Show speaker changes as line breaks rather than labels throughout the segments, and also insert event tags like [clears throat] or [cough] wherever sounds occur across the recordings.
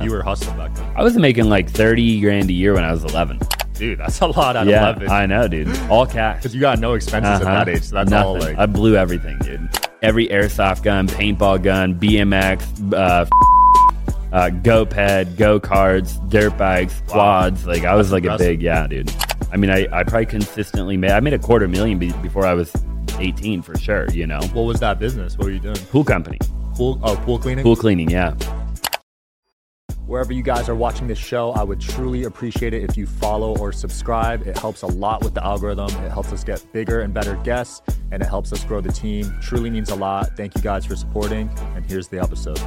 You were hustling back then,
I was making like 30 grand a year when I was 11.
dude. That's a lot out
yeah,
of eleven.
I know, dude. All cash.
Because you got no expenses
Uh-huh.
at that age, so that's
Nothing.
all like
I blew everything, dude. Every airsoft gun, paintball gun, BMX, uh, uh, go-ped, go-karts, dirt bikes, quads. Like, I was like a
impressive.
big, yeah, dude. I mean, I, I probably consistently made, I made a quarter million be- before I was 18 for sure, you know?
what was that business? What were you doing?
Pool company,
Pool oh pool cleaning?
pool cleaning, yeah.
Wherever you guys are watching this show, I would truly appreciate it if you follow or subscribe. It helps a lot with the algorithm. It helps us get bigger and better guests, and it helps us grow the team. Truly means a lot. Thank you guys for supporting. And here's the episode.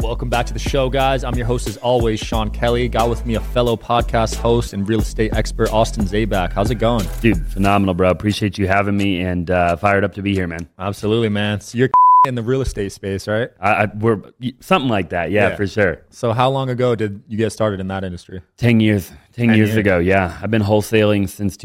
Welcome back to the show, guys. I'm your host, as always, Sean Kelly. Got with me a fellow podcast host and real estate expert, Austin Zabak. How's it going?
Dude, phenomenal, bro. Appreciate you having me and uh, fired up to be here, man.
Absolutely, man. So you're [laughs] in the real estate space, right?
I, I, we're something like that, yeah,
Yeah.
for sure.
So how long ago did you get started in that industry?
10 years 10,
10
years,
years.
ago yeah i've been wholesaling since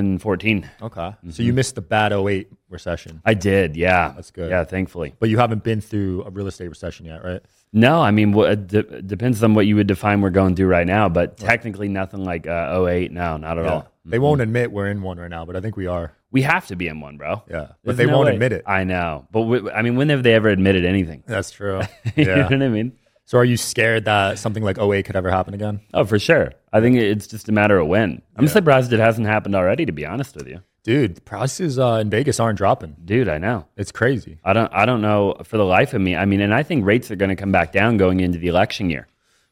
2014
Okay. Mm-hmm. So you missed the bad 08 recession.
i did yeah
That's good.
yeah thankfully
But you haven't been through a real estate recession yet, right?
no i mean what it de- depends on what you would define we're going through right now but technically nothing like uh, 08 no not at all
They won't admit we're in one right now, but I think we are.
we have to be in one bro
Yeah.
There's
But they
no
won't
way.
admit it.
i know but we, i mean when have they ever admitted anything [laughs]
That's [laughs] true.
you know
Yeah.
what i mean
so are you scared that something like 08 could ever happen again?
oh for sure i think it's just a matter of when i'm surprised it hasn't happened already to be honest with you
Dude, prices uh, in Vegas aren't dropping.
dude i know
It's crazy.
i don't i don't know for the life of me i mean and i think rates are going to come back down going into the election year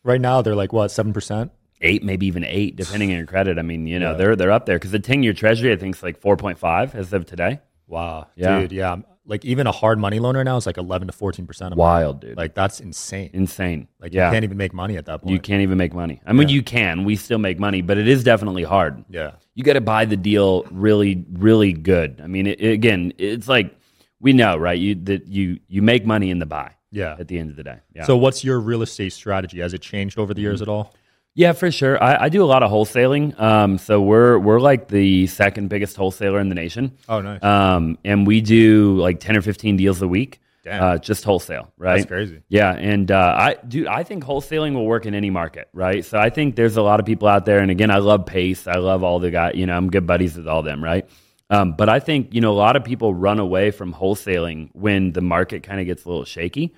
Right now, they're like, what, 7%?
eight, maybe even eight, depending on your credit. I mean, you know, they're they're up there because the ten-year Treasury, I think, is like four point five as of today.
Wow.
Yeah.
Dude, yeah. Like even a hard money loan right now is like 11 to 14%. a month.
Wild, dude! Like
Like that's insane.
insane.
Like
yeah,
you can't even make money at that point.
you can't even make money. I mean, you can. We still make money, but it is definitely hard.
yeah.
You got to buy the deal really, really good. I mean, it, it- again, it's like we know, right? You that you you make money in the buy.
Yeah. Mm-hmm.
At the end of the day, yeah.
So what's your real estate strategy? Has it changed over the years at all?
Yeah, for sure. I, I do a lot of wholesaling. Um, so we're we're like the second biggest wholesaler in the nation.
Oh, nice.
Um, and we do like ten or fifteen deals a week,
Damn.
uh, just wholesale. Right?
That's crazy.
Yeah, and uh, I do. I think wholesaling will work in any market, right? So I think there's a lot of people out there, and again, I love Pace. I love all the guy. You know, I'm good buddies with all them, right? Um, but I think you know a lot of people run away from wholesaling when the market kind of gets a little shaky.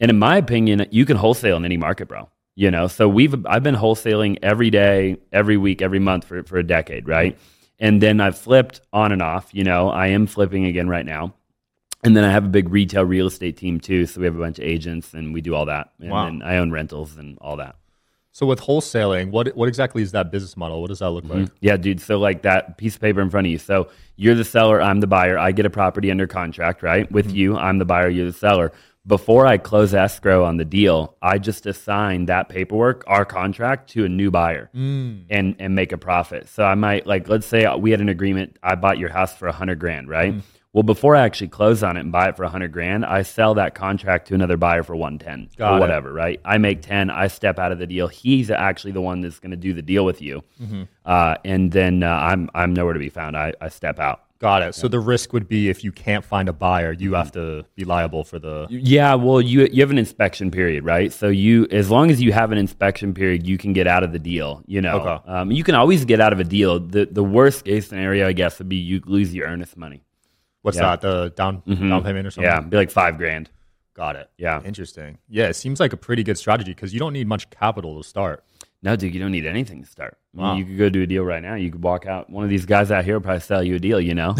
And in my opinion, you can wholesale in any market, bro. You know, so we've I've been wholesaling every day, every week, every month for for a decade, right? And then I've flipped on and off. You know, I am flipping again right now. And then I have a big retail real estate team too. So we have a bunch of agents and we do all that. And
Wow.
then I own rentals and all that.
So with wholesaling, what what exactly is that business model? What does that look like?
Yeah, dude. So like that piece of paper in front of you. So you're the seller, I'm the buyer. I get a property under contract, right? With you, I'm the buyer, you're the seller. Before I close escrow on the deal, I just assign that paperwork, our contract, to a new buyer and and make a profit. So I might like let's say we had an agreement. I bought your house for a hundred grand, right? Well, before I actually close on it and buy it for a hundred grand, I sell that contract to another buyer for one ten
Got
or
it.
whatever whatever, right? I make 10, I step out of the deal. He's actually the one that's going to do the deal with you. Uh, and then uh, I'm, I'm nowhere to be found. I, I step out.
Got it. So the risk would be if you can't find a buyer, you have to be liable for the.
Yeah, well, you you have an inspection period, right? So you, as long as you have an inspection period, you can get out of the deal. You know,
Okay.
um, you can always get out of a deal. The the worst case scenario, I guess, would be you lose your earnest money.
What's
Yeah.
that? The down down payment or something.
Yeah, be like five grand.
Got it.
Yeah.
Interesting. Mm-hmm. Yeah, it seems like a pretty good strategy because you don't need much capital to start.
No, dude, you don't need anything to start. I mean,
Wow.
You could go do a deal right now. You could walk out. One of these guys out here will probably sell you a deal. You know, [laughs]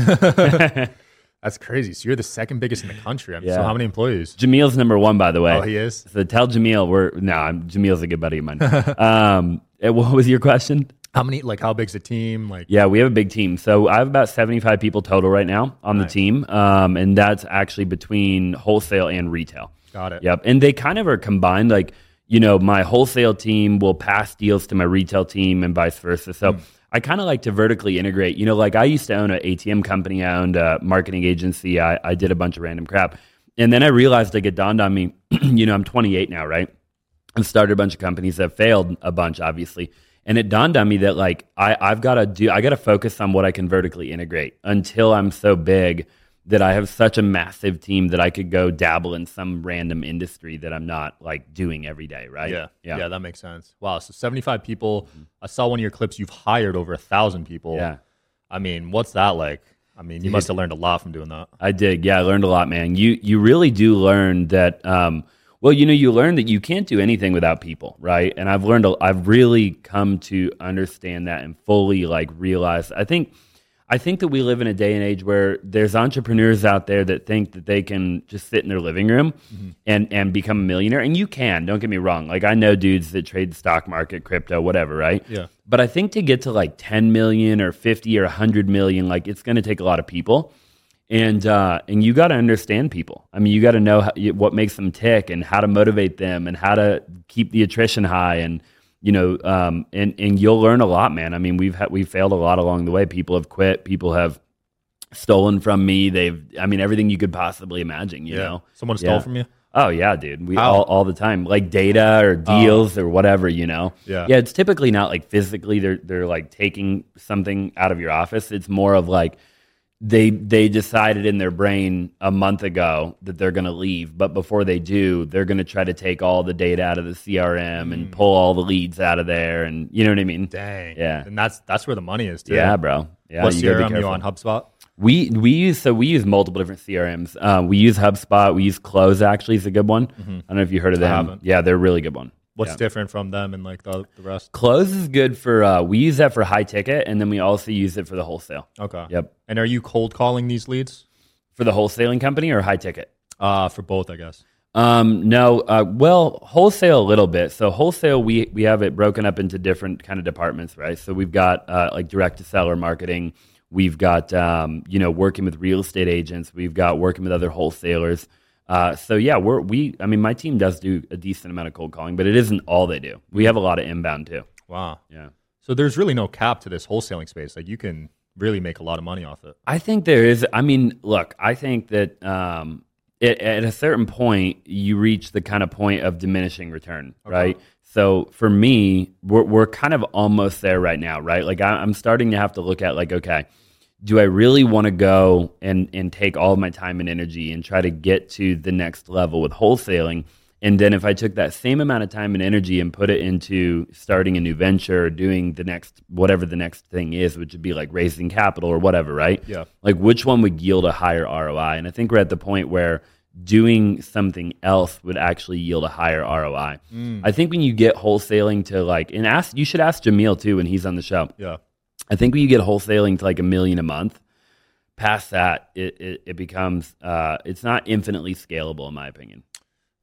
That's crazy. So you're the second biggest in the country. I mean, So
Yeah.
how many employees?
Jameel's number one, by the way.
Oh, he is.
So tell Jameel we're no, I'm, Jameel's a good buddy
[laughs]
of mine. um, and what was your question?
How many? Like how big's the team? Like
Yeah, we have a big team. So I have about 75 people total right now on the team, um, and that's actually between wholesale and retail.
got it.
Yep, and they kind of are combined. Like you know, my wholesale team will pass deals to my retail team, and vice versa. So. I kind of like to vertically integrate. You know, like I used to own an ATM company, I owned a marketing agency, I, I did a bunch of random crap. And then I realized like it dawned on me, [clears throat] you know, I'm 28 now, right? and started a bunch of companies that failed a bunch, obviously. And it dawned on me that like I, I've got to do, I got to focus on what I can vertically integrate until I'm so big that I have such a massive team that I could go dabble in some random industry that I'm not like doing every day, right?
Yeah. yeah, that makes sense. Wow, so 75 people. I saw one of your clips. You've hired over a thousand people.
Mm-hmm. Yeah.
I mean, what's that like? I mean, you must have learned a lot from doing that.
I did. Yeah, I learned a lot, man. You you really do learn that. Um, well, you know, you learn that you can't do anything without people, right? And I've learned. A, I've really come to understand that and fully like realize. I think. I think that we live in a day and age where there's entrepreneurs out there that think that they can just sit in their living room and and become a millionaire, and you can. Don't get me wrong. Like I know dudes that trade the stock market, crypto, whatever, right?
Yeah.
But I think to get to like 10 million or 50 or 100 million, like it's going to take a lot of people. And uh, and you got to understand people. I mean, you got to know how, you- what makes them tick and how to motivate them and how to keep the attrition high and you know um, and and you'll learn a lot, man. I mean, we've had we've failed a lot along the way. People have quit. People have stolen from me. They've I mean everything you could possibly imagine. You know,
Someone stole
Yeah.
from you?
Oh yeah, dude. We
How? Oh.
all, all the time, like data or deals or whatever, you know.
Yeah.
Yeah, it's typically not like physically they're they're like taking something out of your office. It's more of like they they decided in their brain a month ago that they're going to leave, but before they do, they're going to try to take all the data out of the CRM
Hmm.
and pull all the leads out of there and you know what I mean?
Dang.
Yeah.
And that's that's where the money is too.
Yeah, bro. Yeah,
What
you gotta be
CRM you
careful.
on HubSpot?
We we use so we use multiple different CRMs. Uh, we use HubSpot. We use Close. Actually, is a good one. I don't know if you heard of them.
haven't.
Yeah, they're a really good one.
What's
Yeah.
different from them and like the, the rest?
Close is good for uh, we use that for high ticket, and then we also use it for the wholesale.
Okay.
Yep,
And are you cold calling these leads?
for the wholesaling company or high ticket.
Uh, for both, I guess.
Um, no, uh, well, wholesale a little bit. So wholesale, we we have it broken up into different kind of departments, right? So we've got uh, like direct to seller marketing. We've got um, you know working with real estate agents. We've got working with other wholesalers. Uh, so yeah, we're we. I mean, my team does do a decent amount of cold calling, but it isn't all they do. We have a lot of inbound too.
Wow.
Yeah.
So there's really no cap to this wholesaling space. Like you can really make a lot of money off it.
I think there is. I mean, look, I think that um, it, at a certain point, you reach the kind of point of diminishing return, right? So for me, we're, we're kind of almost there right now, right? Like I, I'm starting to have to look at like, okay, do I really want to go and and take all of my time and energy and try to get to the next level with wholesaling? And then if I took that same amount of time and energy and put it into starting a new venture or doing the next whatever the next thing is, which would be like raising capital or whatever, right?
Yeah.
Like which one would yield a higher ROI? And I think we're at the point where doing something else would actually yield a higher ROI. I think when you get wholesaling to like and ask you should ask Jameel too when he's on the show.
Yeah.
I think when you get wholesaling to like a million a month, past that, it, it, it becomes, uh, it's not infinitely scalable, in my opinion.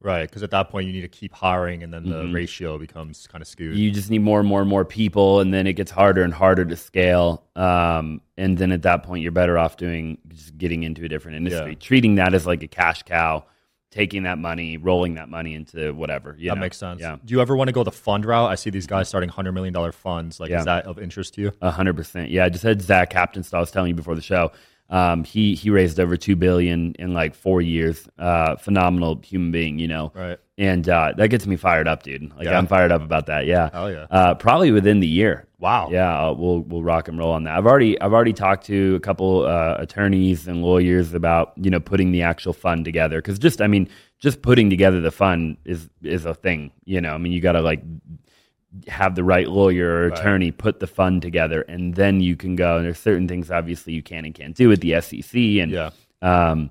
Right. Because at that point, you need to keep hiring and then the
Mhm.
ratio becomes kind of skewed.
You just need more and more and more people, and then it gets harder and harder to scale. Um, and then at that point, you're better off doing just getting into a different industry,
Yeah.
treating that as like a cash cow, taking that money, rolling that money into whatever. You
that
know?
makes sense.
Yeah. Mm-hmm.
Do you ever want to go the fund route? I see these guys starting $100 million funds. Like,
Yeah.
is that of interest to you?
A hundred percent. Yeah, I just had Zach Captainstall. I was telling you before the show. Um, he he raised over two billion in like four years. Uh, phenomenal human being, you know.
Right.
And uh, that gets me fired up, dude. Like
Yeah.
I'm fired up about that. Yeah.
Hell yeah.
Uh, probably within the year.
Wow.
Yeah, uh, we'll we'll rock and roll on that. I've already I've already talked to a couple uh, attorneys and lawyers about you know putting the actual fund together because just I mean just putting together the fund is is a thing. You know, I mean you got to like have the right lawyer or attorney put the fund together, and then you can go. And there's certain things obviously you can and can't do with the SEC, and
Yeah.
um,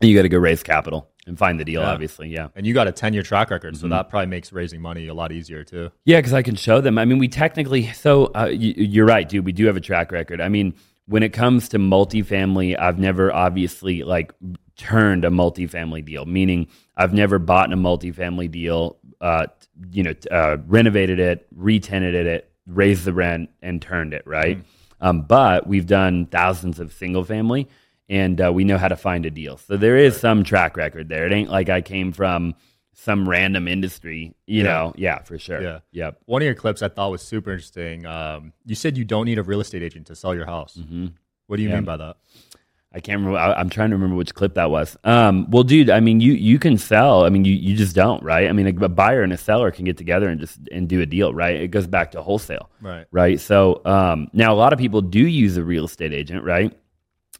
you got to go raise capital and find the deal.
Yeah.
Obviously, yeah.
And you got a 10 year track record.
Mm-hmm.
So that probably makes raising money a lot easier too.
Yeah, because I can show them. I mean, we technically, so uh, you, you're right, dude. We do have a track record. I mean, when it comes to multifamily, I've never obviously like turned a multifamily deal, meaning I've never bought a multifamily deal, uh, t- you know, t- uh, renovated it, retenanted it, raised the rent, and turned it, right?
Mm-hmm.
Um, but we've done thousands of single family and uh, we know how to find a deal. So there is some track record there. It ain't like I came from some random industry,
Yeah.
you know? Yeah, for sure.
Yeah.
Yep.
One of your clips I thought was super interesting. Um, you said you don't need a real estate agent to sell your house.
Mm.
What do you mean by that?
Mm-hmm. I can't remember. I, I'm trying to remember which clip that was. Um, well, dude, I mean, you you can sell. I mean, you, you just don't, right? I mean, a, a buyer and a seller can get together and just and do a deal, right? It goes back to wholesale,
Right.
right? So um, now a lot of people do use a real estate agent, right?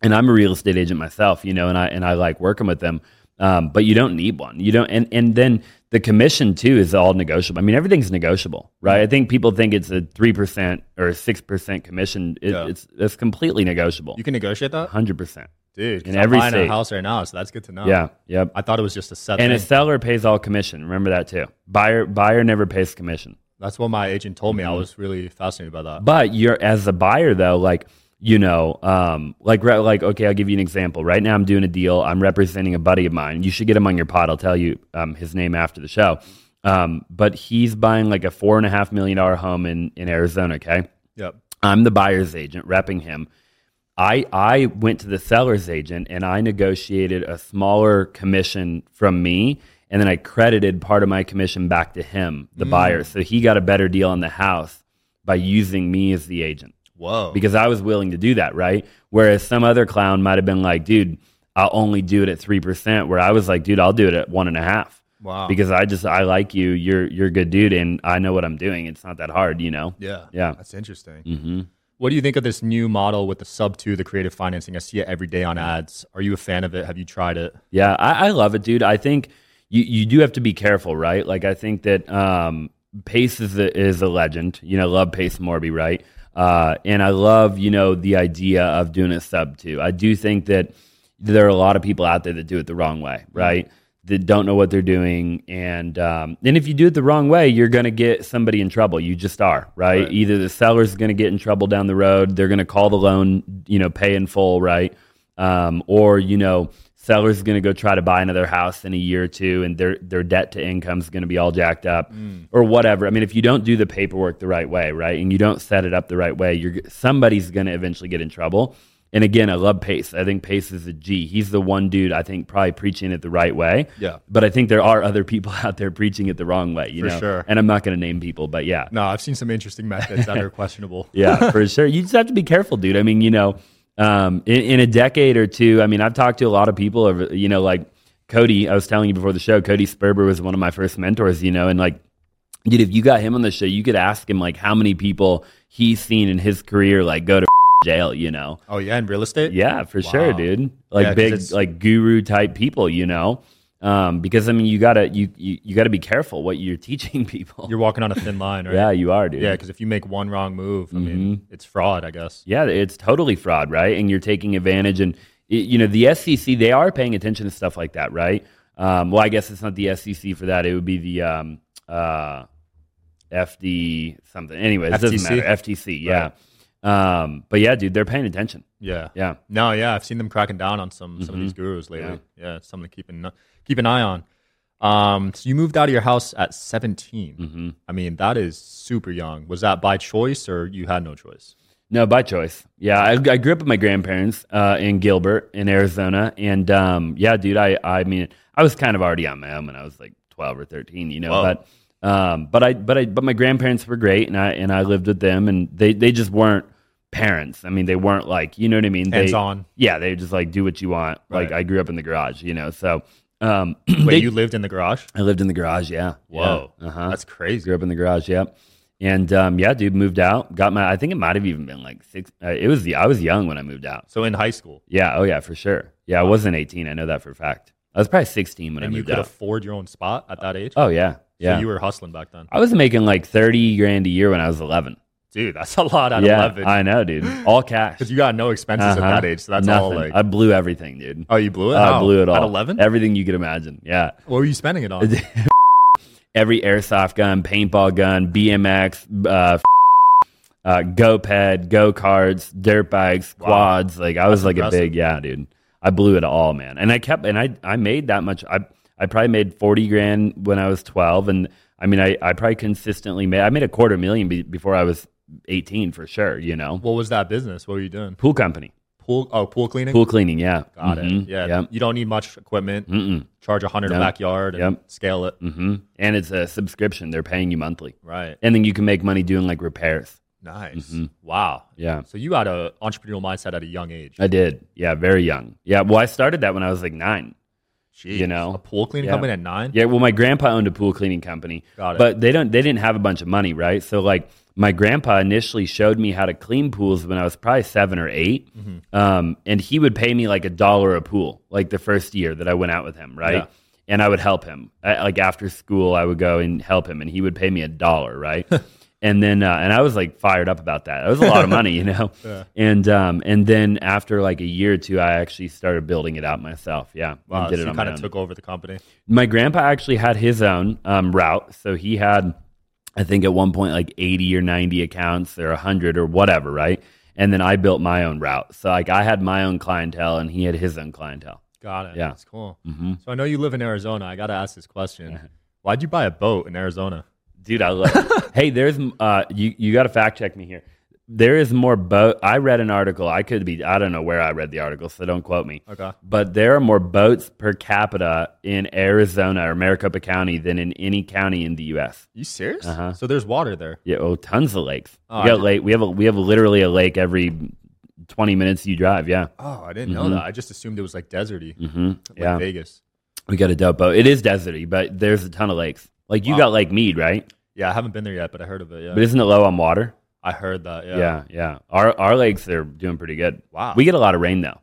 and I'm a real estate agent myself, you know, and I and I like working with them. Um, but you don't need one. You don't, and and then the commission too is all negotiable. I mean, everything's negotiable, right? I think people think it's a three percent or six percent commission. It,
Yeah.
It's it's completely negotiable,
You can negotiate that,
hundred percent.
dude. 'cause
in
I'm
every
buying
state.
a house right now, so that's good to know.
Yeah, yep.
I thought it was just a set.
And a
thing.
seller pays all commission. Remember that too. Buyer buyer never pays commission.
that's what my agent told me. I was really fascinated by that.
Mm-hmm. But you're as a buyer though, like you know, um, like re- like okay, I'll give you an example. Right now, I'm doing a deal. I'm representing a buddy of mine. You should get him on your pod. I'll tell you um, his name after the show. Um, but he's buying like a four and a half million dollar home in in Arizona. Okay,
Yep.
I'm the buyer's agent repping him. I I went to the seller's agent and I negotiated a smaller commission from me and then I credited part of my commission back to him, the buyer. So he got a better deal on the house by using me as the agent
Whoa.
because I was willing to do that, right? Whereas some other clown might have been like, dude, I'll only do it at three percent. Where I was like, dude, I'll do it at one and a half
wow.
because I just I like you. You're you're a good dude, and I know what I'm doing. It's not that hard, you know.
yeah.
Yeah.
That's interesting.
hmm
What do you think of this new model with the sub two, the creative financing? I see it every day on ads. Are you a fan of it? Have you tried it?
Yeah, I, I love it, dude. I think you, you do have to be careful, right? Like I think that um, Pace is a, is a legend. You know, love Pace Morby, right? Uh, and I love you know the idea of doing a sub too. I do think that there are a lot of people out there that do it the wrong way, right? That don't know what they're doing, and um, and if you do it the wrong way, you're going to get somebody in trouble. You just are, right?
Right.
Either the seller's going to get in trouble down the road. They're going to call the loan, you know, pay in full, right? um, or you know seller's going to go try to buy another house in a year or two and their their debt to income's going to be all jacked up
Mm.
or whatever i mean if you don't do the paperwork the right way right and you don't set it up the right way you're g- somebody's going to eventually get in trouble and again i love pace i think pace is a g he's the one dude i think probably preaching it the right way
Yeah.
but i think there are other people [laughs] out there preaching it the wrong way you
For
know
sure.
and i'm not going to name people but yeah
No, I've seen some interesting methods
[laughs]
that are questionable. [laughs]
yeah, for sure. You just have to be careful, dude. I mean, you know, um, in, in a decade or two, I mean, I've talked to a lot of people over, you know, like Cody, I was telling you before the show, Cody Sperber was one of my first mentors, you know, and like, dude, if you got him on the show, you could ask him like how many people he's seen in his career, like go to [laughs] jail, you know?
Oh yeah, in real estate.
Yeah, for sure,
Wow.
dude. Like
Yeah, 'cause
big,
it's-
like guru type people, you know? Um, because I mean, you gotta, you, you, you gotta be careful what you're [laughs] teaching people.
You're walking on a thin line, right?
yeah, you are, dude.
Yeah, because if you make one wrong move, I mean, it's fraud, I guess.
Yeah, it's totally fraud, right? And you're taking advantage. And y- you know the SEC, they are paying attention to stuff like that, right? Um, well, I guess it's not the SEC for that. It would be the um, uh, FD something. Anyways, it doesn't
FTC?
matter. FTC, yeah. Um, but yeah, dude, they're paying attention.
Yeah.
Yeah, Mm-hmm.
No, yeah, I've seen them cracking down on some some of these gurus lately. Yeah, it's something to keep an keep an eye on. Um, so you moved out of your house at 17.
Mm-hmm.
I mean, that is super young. Was that by choice or you had no choice?
no, by choice. Yeah, I, I grew up with my grandparents uh, in Gilbert, in Arizona, and um, yeah, dude, I, I mean, I was kind of already on my own when I was like twelve or thirteen, you know,
Whoa.
but. Um, but I, but I, but my grandparents were great, and I and I lived with them, and they they just weren't parents. I mean, they weren't like you know what I mean. They-
Hands on.
Yeah, they just like do what you want. Like
Right.
I grew up in the garage, you know. So, um, [clears throat]
Wait,
they-
you lived in the garage?
I lived in the garage. Yeah.
Whoa.
Uh huh.
That's crazy.
Grew up in the garage. Yep. And um, yeah, dude, moved out. Got my. I think it might have even been like six. Uh, it was the. I was young when I moved out.
So in high school,
Yeah. Oh yeah, for sure. Yeah, I wasn't 18. I know that for a fact. I was probably 16 when
and
I
you
moved
could
out.
afford your own spot at that age?
Oh yeah. Yeah.
So you were hustling back then.
I was making like 30 grand a year when I was 11.
Dude, that's a lot at
yeah,
11.
I know, dude. All cash.
Because you got no expenses
Uh-huh.
at that age. So that's all
Nothing.
like.
I blew everything, dude.
oh, you blew it?
I
How?
blew it all.
At 11?
Everything you could imagine. Yeah.
What were you spending it on?
every airsoft gun, paintball gun, BMX, uh, uh, GoPed, go karts, dirt bikes,
Wow.
quads. Like I was like
impressive.
a big yeah, dude. I blew it all, man. And I kept and I I made that much. I I probably made forty grand when I was twelve, and I mean I I probably consistently made I made a quarter million be, before I was eighteen for sure. You know,
What was that business? What were you doing?
pool company,
Pool? Oh, pool cleaning?
pool cleaning. Yeah,
Got
Mhm.
it. Yeah.
Yep.
You don't need much equipment.
Mm-mm.
Charge a hundred a
No.
backyard and
Yep.
scale it.
hmm And it's a subscription. They're paying you monthly,
Right.
and then you can make money doing like repairs.
Nice.
Mhm.
Wow.
Yeah.
So you had a entrepreneurial mindset at a young age.
I did. Yeah, very young. Yeah. Well, I started that when I was like nine.
Jeez.
you know.
a pool cleaning
Yeah.
company at nine.
Yeah. Well, my grandpa owned a pool cleaning company,
Got it.
but they don't. They didn't have a bunch of money, right? So like my grandpa initially showed me how to clean pools when I was probably seven or 8
Mm-hmm.
Um, and he would pay me like a dollar a pool, like the first year that I went out with him, right?
Yeah.
And I would help him. I, like after school, I would go and help him, and he would pay me a
[laughs]
dollar, right? and then, uh, and I was like fired up about that. It was a lot of money,
[laughs]
you know. And um, and then after like a year or two, I actually started building it out myself. Yeah,
Wow,
I did
so
it
you
on my
kind of
own.
took over the company.
My grandpa actually had his own um, route. So he had, I think at one point, like 80 or 90 accounts or 100 or whatever, right? And then I built my own route. So, like, I had my own clientele and he had his own clientele.
Got it.
Yeah.
That's cool.
Mhm.
So I know you live in Arizona. I got to ask this question. Why'd you buy a boat in Arizona?
Dude, I love Hey, there's, uh, you, you got to fact check me here. There is more boat. I read an article. I could be, I don't know where I read the article, so don't quote me.
Okay.
But there are more boats per capita in Arizona or Maricopa County than in any county in the U.S.
You serious?
Uh-huh.
So there's water there.
Yeah, oh, tons of lakes.
Oh,
we
I
got
did-
lake. We have a, we have literally a lake every twenty minutes you drive. Yeah,
Oh, I didn't know
Mhm.
that. I just assumed it was like deserty,
hmm
like
yeah.
Vegas.
We got a dope boat. It is deserty, but there's a ton of lakes. Like you
Wow.
got Lake Mead, right?
Yeah, I haven't been there yet, but I heard of it. Yeah,
But isn't it low on water?
I heard that. Yeah.
Yeah. yeah, Our our lakes are doing pretty good.
Wow.
We get a lot of rain though.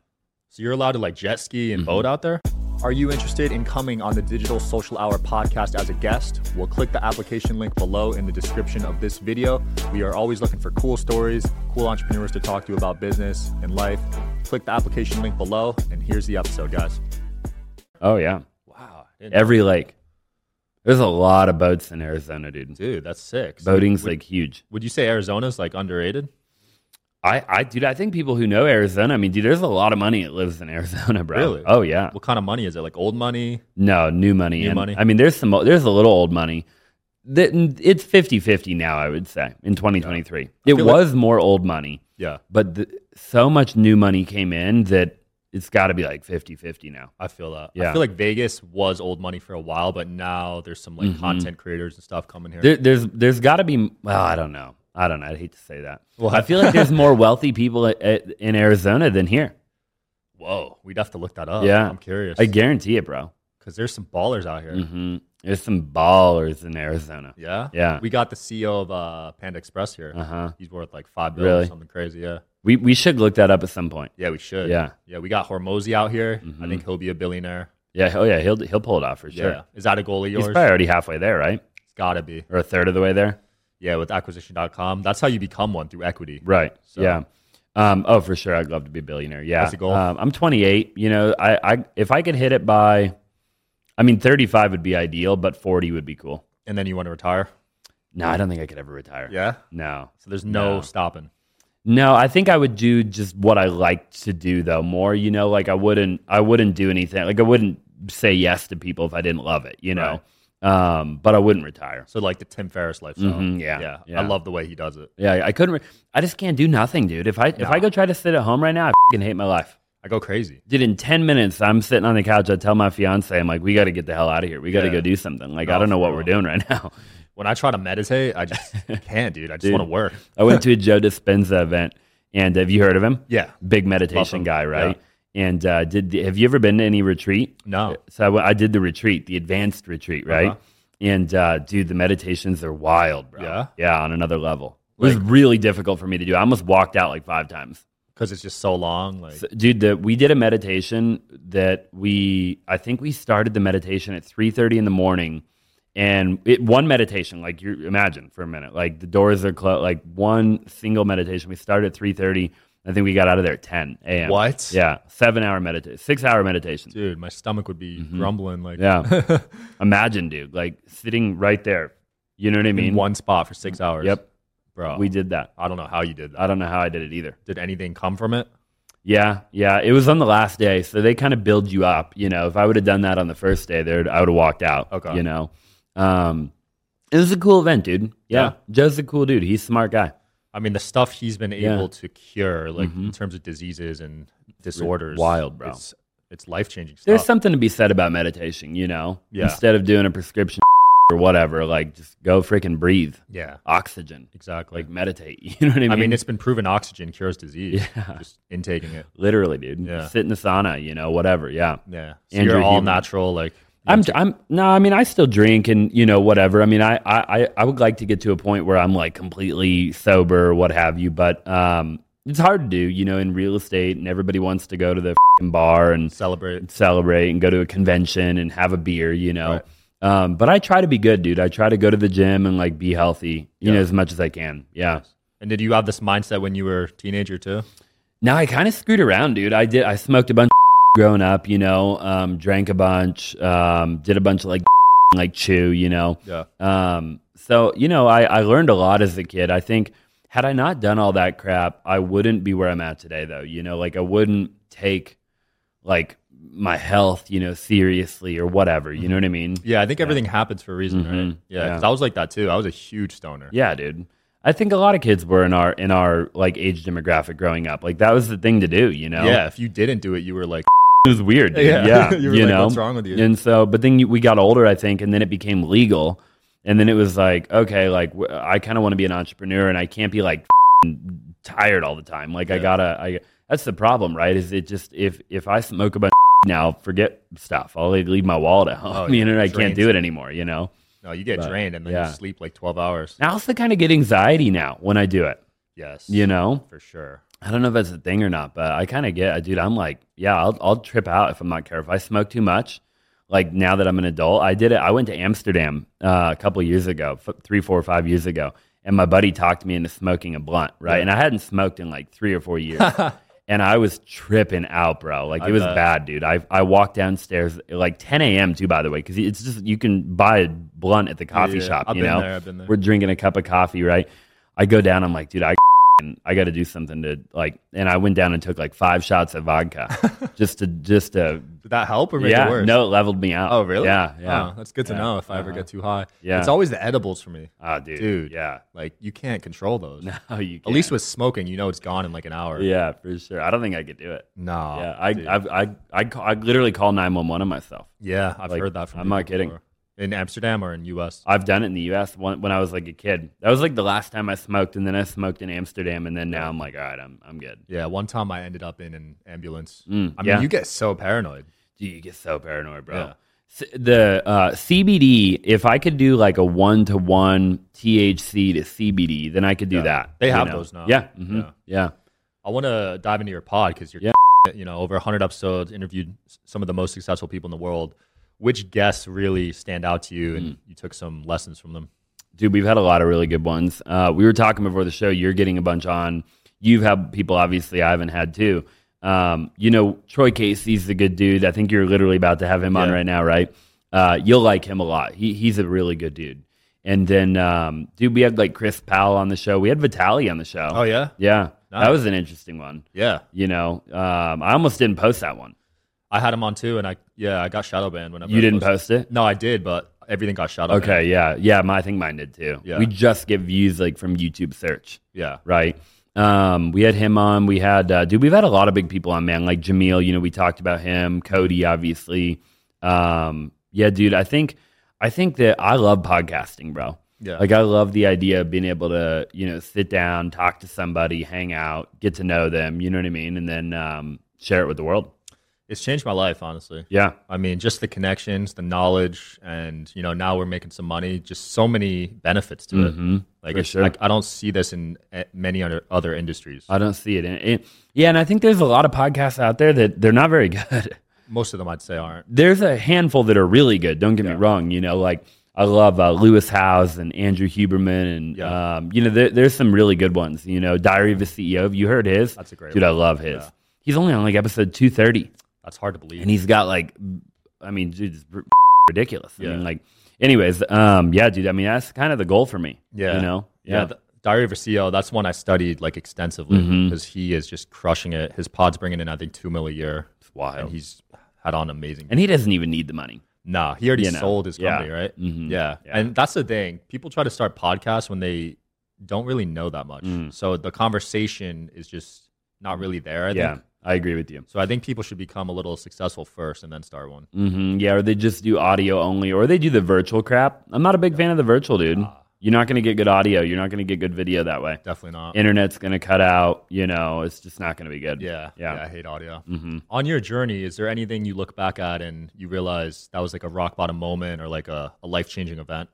So you're allowed to like jet ski
Mm-hmm.
and boat out there? Are you interested in coming on the Digital Social Hour podcast as a guest? Well, click the application link below in the description of this video. We are always looking for cool stories, cool entrepreneurs to talk to about business and life. Click the application link below, and here's the episode, guys.
Oh yeah,
Wow.
every lake. There's a lot of boats in Arizona, dude.
Dude, that's sick. So
Boating's
would,
like huge.
Would you say Arizona's like underrated?
I, I, dude, I think people who know Arizona, I mean, dude, there's a lot of money that lives in Arizona, bro.
Really?
Oh yeah.
What kind of money is it? Like old money?
No, new money.
New
and,
money.
I mean, there's some. There's a little old money. That it's 50-50 now. I would say in twenty twenty three, it
feel like-
was more old money,
Yeah,
but the, so much new money came in that it's got to be like 50-50 now.
I feel that. I
Yeah.
feel like Vegas was old money for a while, but now there's some like content creators and stuff coming here.
Mm-hmm. There, there's there's got to be. Well, I don't know. I don't know. I'd hate to say that.
What?
I feel
[laughs]
like there's more wealthy people i- i- in Arizona than here.
Whoa, we'd have to look that up.
Yeah.
I'm curious
I guarantee it, bro.
because there's some ballers out here.
hmm There's some ballers in Arizona.
Yeah,
Yeah.
We got the CEO of uh, Panda Express here.
Uh huh.
He's worth like five billion
Really?
or something crazy. Yeah,
We we should look that up at some point.
yeah, we should.
Yeah.
yeah. We got Hormozy out here. I
Mhm.
think he'll be a billionaire.
Yeah. Oh yeah. He'll he'll pull it off for sure.
Yeah, is that a goal of yours?
He's probably already halfway there, right?
it's gotta be.
Or a third of the way there,
Yeah, with acquisition.com, that's how you become one through equity.
right?
So-
Yeah. Um, oh, for sure, I'd love to be a billionaire. Yeah,
That's the goal.
Um, I'm 28. You know, I, I if I could hit it by, I mean, 35 would be ideal, but 40 would be cool.
And then you want to retire.
No, I don't think I could ever retire.
Yeah.
No,
So there's no,
No.
stopping.
no, I think I would do just what I like to do though. More, you know, like I wouldn't, I wouldn't do anything. Like I wouldn't say yes to people if I didn't love it. You know, um, but I wouldn't retire.
So like the Tim Ferriss lifestyle.
Mhm, yeah,
yeah.
yeah.
I love the way he does it.
Yeah, I couldn't. Re- I just can't do nothing, dude. If I if I go try to sit at home right now, I fing hate my life.
I go crazy.
Dude, in ten minutes, I'm sitting on the couch. I tell my fiance, I'm like, we got to get the hell out of here. We got to
Yeah.
go do something. Like,
No,
I don't know
for
what
real.
we're doing right [laughs] now.
When I try to meditate, I
[laughs]
just can't, dude. I just
Dude.
want to work.
I went to a Joe Dispenza event, and have you heard of him?
Yeah. Love
Big
him.
meditation guy, right? And uh, did the, have you ever been to any retreat?
No.
So I, went- I did the retreat, the advanced retreat, right?
Uh-huh.
And uh, dude, the meditations are wild, bro.
Yeah?
yeah, on another level. it was really difficult for me to do. I almost walked out like five times.
Because it's just so long. Like
So, dude, the, we did a meditation that we I think we started the meditation at three thirty in the morning, and it one meditation like you imagine for a minute like the doors are closed like one single meditation we started at three thirty. I think we got out of there at ten a.m.
What?
Yeah, seven hour meditation, six hour meditation.
dude, my stomach would be grumbling like
Mm-hmm.
[laughs]
Yeah, imagine, dude, like sitting right there. You know what I
in
mean?
one spot for six hours.
Yep,
Bro.
we did that.
I don't know how you did that.
I don't know how I did it either.
Did anything come from it?
Yeah, yeah. It was on the last day, so they kind of build you up. You know, if I would have done that on the first day, there I would have walked out.
Okay.
You know, um, it was a cool event, dude. Yeah,
Yeah.
Joe's a cool dude. He's a smart guy.
I mean, the stuff he's been
Yeah. Mm-hmm.
able to cure, like in terms of diseases and disorders.
wild, bro.
It's, it's life changing stuff.
There's something to be said about meditation. You know,
Uh, Yeah.
instead of doing a prescription [laughs] or whatever, like just go freaking breathe,
yeah.
oxygen,
Exactly.
like meditate. [laughs] You know what I mean?
I mean, it's been proven oxygen cures disease. Just intaking it.
literally, dude.
Yeah.
Sit in the sauna. You know, whatever. Yeah.
Yeah. So
Andrew
you're all
Huberman.
natural, like
I'm, I'm no, I mean, I still drink and you know whatever. I mean, I, I, I would like to get to a point where I'm like completely sober or what have you, but um, it's hard to do, you know, in real estate, and everybody wants to go to the fing bar and
Celebrate.
celebrate and go to a convention and have a beer, you know. Um, but I try to be good, dude. I try to go to the gym and like be healthy, you know,
Yeah.
as much as I can. Yeah.
And did you have this mindset when you were a teenager too?
Now I kind of screwed around, dude. I did. I smoked a bunch [laughs] growing up, you know. Um, drank a bunch. Um, did a bunch of like [laughs] like chew, you know.
Yeah.
Um, so you know, I, I learned a lot as a kid. I think had I not done all that crap, I wouldn't be where I'm at today, though. You know, like I wouldn't take like my health, you know, seriously or whatever.
Mm-hmm.
You know what I mean?
Yeah, I think everything happens for a reason, right?
Mhm.
Yeah,
Yeah.
'cause I was like that too. I was a huge stoner.
Yeah, dude. I think a lot of kids were in our in our like age demographic growing up. Like that was the thing to do, you know.
Yeah, if you didn't do it, you were like,
it was weird. dude.
Yeah. [laughs]
Yeah,
You were like,
know,
"What's wrong with you?"
And so, but then you, we got older, I think, and then it became legal, and then it was like, okay, like wh- I kind of want to be an entrepreneur, and I can't be like f***ing tired all the time. Like I
Yeah.
gotta, I that's the problem, right? Is it just if if I smoke a bunch now, forget stuff. I'll like, leave my wallet at home.
Oh, yeah.
[laughs] you know, I
Drains
can't do it anymore. You know,
no, you get
But,
drained and then
yeah.
you sleep like 12 hours.
and I also kind of get anxiety now when I do it.
Yes.
You know,
for sure.
I don't know if that's a thing or not, but I kind of get, dude. I'm like, yeah, I'll, I'll trip out if I'm not careful. If I smoke too much, like now that I'm an adult, I did it. I went to Amsterdam uh, a couple years ago, f- three, four, five years ago, and my buddy talked me into smoking a blunt, right?
Yeah.
And I hadn't smoked in like three or
[laughs]
four years, and I was tripping out, bro. Like
I
it was
bet.
bad, dude. I I walked downstairs at like 10 a.m. too, by the way, because it's just you can buy a blunt at the coffee
Yeah,
shop.
I've
you
been
know,
there, I've been there.
we're drinking a cup of coffee, right? I go down. I'm like, dude, I [laughs] and I got to do something to like. And I went down and took like five shots of
[laughs]
vodka, just to just to
Did that help or make it
yeah.
worse?
No, it leveled me out.
Oh, really?
Yeah, yeah.
Oh, that's good to
Yeah,
know if I ever
uh-huh.
get too high.
Yeah.
It's always the edibles for me.
Ah, dude,
Dude.
Yeah. [laughs]
Like, you can't control those.
No, you. Can't.
At least with smoking, you know it's gone in like an hour.
Yeah, for sure. I don't think I could do it.
No.
yeah, I,
dude.
I've, I, I, call, I literally call nine one one on myself.
yeah, I've
Like,
heard that from
I'm not
people
kidding.
before. In Amsterdam or in U.S.?
I've done it in the U.S. When, when I was like a kid. That was like the last time I smoked, and then I smoked in Amsterdam, and then now I'm like, all right, I'm, I'm good.
Yeah, one time I ended up in an ambulance.
Mm,
I mean,
yeah.
you get so paranoid.
Dude, you get so paranoid, bro.
Yeah.
S- The uh, CBD, if I could do like a one to one THC to CBD, then I could do
Yeah.
that.
They
you
have
know?
those now.
Yeah. mhm,
Yeah.
yeah.
I want to dive into your pod because you're,
Yeah.
[laughs] you know, over 100 episodes, interviewed s- some of the most successful people in the world. Which guests really stand out to you, and
Mm.
you took some lessons from them?
Dude, we've had a lot of really good ones. Uh, we were talking before the show, you're getting a bunch on. You've had people, obviously, I haven't had too. Um, you know, Troy Casey's a good dude. I think you're literally about to have him on
Yeah.
right now, right? Uh, you'll like him a lot. He, he's a really good dude. And then, um, dude, we had like Chris Powell on the show. We had Vitali on the show.
Oh yeah,
Yeah,
Nice.
that was an interesting one.
yeah.
You know, um, I almost didn't post that one.
I had him on too, and I yeah, I got shadow banned whenever
You
I
didn't
posted.
post it?
No, I did, but everything got shadow banned.
Okay, yeah, yeah. My, I think mine did too.
Yeah.
We just get views like from YouTube search,
Yeah,
right? Um, we had him on. We had, uh, dude, we've had a lot of big people on, man. Like Jameel, you know, we talked about him. Cody, obviously. Um, yeah, dude. I think, I think that I love podcasting, bro.
yeah.
Like I love the idea of being able to, you know, sit down, talk to somebody, hang out, get to know them. You know what I mean? And then um, share it with the world.
it's changed my life honestly.
Yeah.
I mean, just the connections, the knowledge, and you know, now we're making some money. Just so many benefits to it.
hmm
Like,
for
it's,
sure.
like I don't see this in eh, many other other industries.
I don't see it. And, and- yeah, and I think there's a lot of podcasts out there that they're not very [laughs] good.
Most of them, I'd say, aren't.
There's a handful that are really good. Don't get me wrong. You know, like I love uh, Lewis Howes and Andrew Huberman, and
Yeah.
um, you know, there, there's some really good ones. You know, Diary of a CEO. Have you heard his?
That's a great
dude.
one.
I love his.
Yeah.
He's only on like episode 230,
That's hard to believe.
and he's got like, I mean, dude, it's r- ridiculous. I
Yeah.
mean, like, anyways, um, yeah, dude. I mean, that's kind of the goal for me.
Yeah.
you know,
yeah, th- Diary of a CEO. That's one I studied like extensively
Mm-hmm.
because he is just crushing it. His pod's bringing in, I think, two mil a year,
it's wild.
and he's had on amazing.
and he doesn't even need the money.
nah, he already
You know,
sold his
yeah.
company, right?
Mhm.
Yeah.
Yeah.
and that's the thing. People try to start podcasts when they don't really know that much,
Mm.
so the conversation is just not really there. I
yeah,
think.
I agree with you.
So I think people should become a little successful first and then start one.
Mm-hmm. hmm Yeah, or they just do audio only, or they do the virtual crap. I'm not a big fan of the virtual, dude.
Ah,
You're not going to get good audio. You're not going to get good video that way.
Definitely not.
Internet's going to cut out. You know, it's just not going to be good.
yeah, yeah.
Yeah.
I hate audio.
Mm-hmm.
On your journey, is there anything you look back at and you realize that was like a rock bottom moment or like a, a life changing event?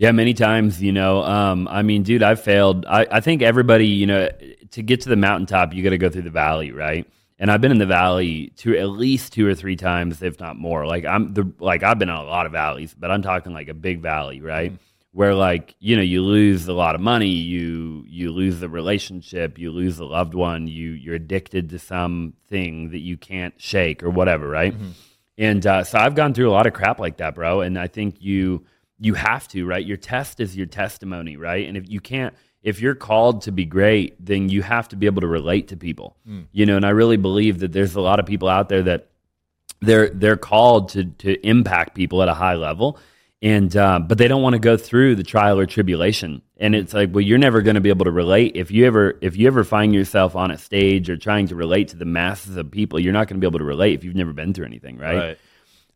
Yeah, many times, you know. Um, I mean, dude, I've failed. I, I think everybody, you know, to get to the mountaintop, you got to go through the valley, right? And I've been in the valley two, at least two or three times, if not more. Like I'm the like I've been in a lot of valleys, but I'm talking like a big valley, right? Where like you know you lose a lot of money, you you lose the relationship, you lose a loved one, you you're addicted to some thing that you can't shake or whatever, right? And uh, so I've gone through a lot of crap like that, bro. And I think you you have to, right? Your test is your testimony, right? And if you can't, if you're called to be great, then you have to be able to relate to people, you know. And I really believe that there's a lot of people out there that they're they're called to to impact people at a high level and uh, but they don't want to go through the trial or tribulation and it's like well you're never going to be able to relate if you ever if you ever find yourself on a stage or trying to relate to the masses of people you're not going to be able to relate if you've never been through anything right.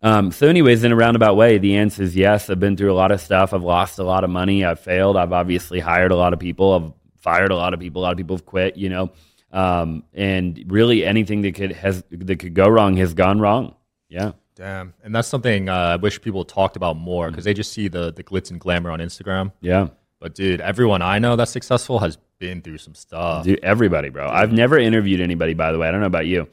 Um, so, anyways, in a roundabout way, the answer is yes. I've been through a lot of stuff. I've lost a lot of money. I've failed. I've obviously hired a lot of people. I've fired a lot of people. A lot of people have quit. You know, um, and really anything that could has that could go wrong has gone wrong. Yeah.
Damn. And that's something uh, I wish people talked about more because they just see the, the glitz and glamour on Instagram.
Yeah.
But dude, everyone I know that's successful has been through some stuff.
Dude, everybody, bro. I've never interviewed anybody, by the way. I don't know about you.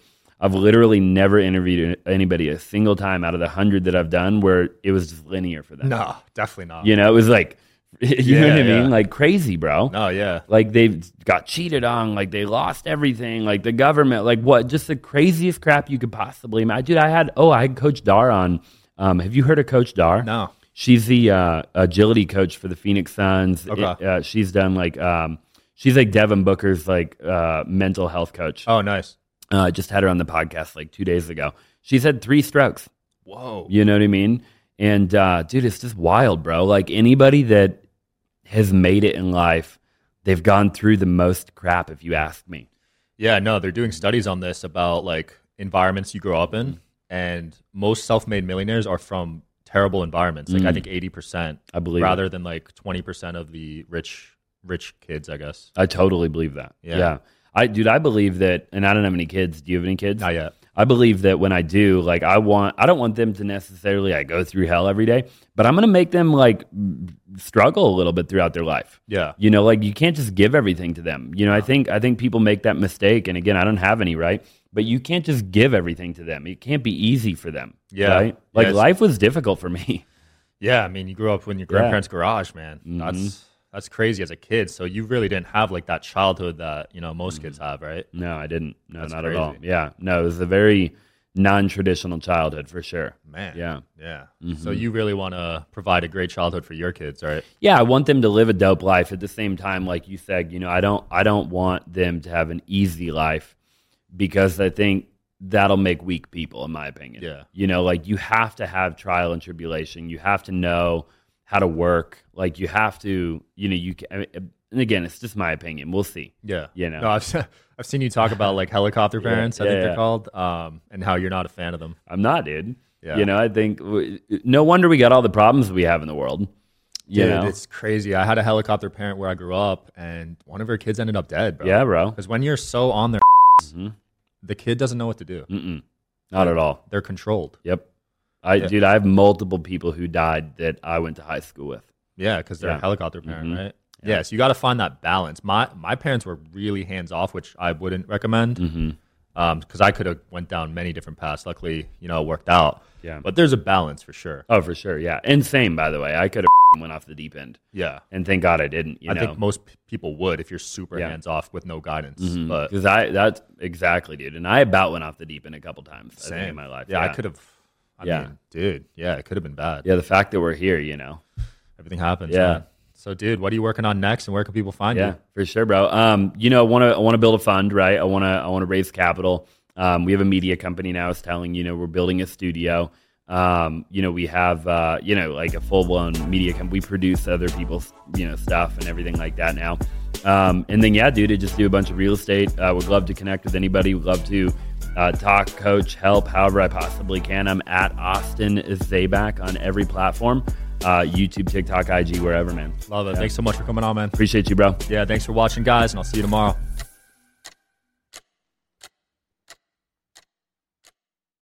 I've literally never interviewed anybody a single time out of the hundred that I've done where it was just linear for them.
No, definitely not.
You know, it was like, [laughs] you know what I
Yeah,
mean?
yeah.
Like crazy, bro.
No, yeah.
like they got cheated on, like they lost everything, like the government, like what? Just the craziest crap you could possibly imagine. Dude, I had oh, I had Coach Dar on. Um, have you heard of Coach Dar?
No.
She's the uh, agility coach for the Phoenix Suns.
Okay.
It- uh, she's done like um, she's like Devin Booker's like uh, mental health coach.
Oh, nice.
Uh, just had her on the podcast like two days ago. She's had three strokes.
Whoa.
You know what I mean? And uh, dude, it's just wild, bro. Like anybody that has made it in life, they've gone through the most crap, if you ask me.
Yeah, no, they're doing studies on this about like environments you grow up in, and most self-made millionaires are from terrible environments. Like I
Mm.
think eighty percent,
I believe. it.
rather than like twenty percent of the rich rich kids, I guess.
I totally believe that.
Yeah.
I, dude, I believe that, and I don't have any kids. Do you have any kids?
Not yet.
I believe that when I do, like I want, I don't want them to necessarily I go through hell every day, but I'm gonna make them like struggle a little bit throughout their life.
Yeah,
You know, like you can't just give everything to them. You know, I think I think people make that mistake, and again, I don't have any right, but you can't just give everything to them. It can't be easy for them.
Yeah.
right?
Yeah,
like
it's-
life was difficult for me. [laughs]
yeah. I mean, you grew up in your
Yeah. Mm-hmm.
grandparents' garage, man. That's that's crazy as a kid. So you really didn't have like that childhood that you know most kids
Mm-hmm.
have, right?
No, I didn't. No,
That's
not
crazy.
at all. Yeah, no, it was a very non-traditional childhood for sure.
Man.
Yeah. Mm-hmm.
Yeah. So you really want to provide a great childhood for your kids, right?
yeah i want them to live a dope life at the same time like you said you know i don't i don't want them to have an easy life because i think that'll make weak people in my opinion
Yeah.
you know like you have to have trial and tribulation you have to know how to work like you have to you know you can I mean, and again it's just my opinion we'll see
Yeah.
You know.
No, I've, I've seen you talk about like helicopter
[laughs] Yeah,
parents, I
yeah,
think
yeah.
they're called, um, and how you're not a fan of them.
i'm not dude
Yeah.
you know i think w- no wonder we got all the problems we have in the world you
Dude,
know
it's crazy. I had a helicopter parent where I grew up, and one of her kids ended up dead, bro.
yeah bro
Because when you're so on their
Mm-hmm.
the kid doesn't know what to do.
Mm-mm. not at all
They're controlled.
Yep. I
Yeah.
dude, I have multiple people who died that I went to high school with.
Yeah, because they're
Yeah.
a helicopter parent,
Mhm.
right? Yeah. so you got to find that balance. My my parents were really hands off, which I wouldn't recommend.
Mm-hmm.
because I could have went down many different paths. Luckily, you know, it worked out.
Yeah.
But there's a balance for sure.
Oh, for sure. Yeah. And same, by the way. I could have [laughs] went off the deep end,
Yeah,
and thank God I didn't. You
I
know,
think most p- people would if you're super
Yeah. Mm-hmm.
hands off with no guidance. [laughs] But
because I that's exactly, dude. And I about went off the deep end a couple times I think,
same.
in my life.
yeah, I could have. I
Yeah.
mean, dude, yeah, it could have been bad.
Yeah, the fact that we're here, you know.
Everything happens.
Yeah.
man. So, dude, what are you working on next, and where can people find
Yeah,
you?
for sure, bro. Um, you know, I want to I want to build a fund, right? I want to I want to raise capital. Um, we have a media company now. Is telling you know we're building a studio. Um, you know we have uh, you know like a full blown media company. We produce other people's you know stuff and everything like that now. Um, and then yeah, dude, to just do a bunch of real estate. Uh, would love to connect with anybody. Would love to uh, talk, coach, help, however I possibly can. I'm at Austin Zabak on every platform. uh, YouTube, TikTok, IG, wherever, man.
Love it.
Yeah.
Thanks so much for coming on, man.
Appreciate you, bro.
Yeah, thanks for watching, guys, and I'll see you tomorrow.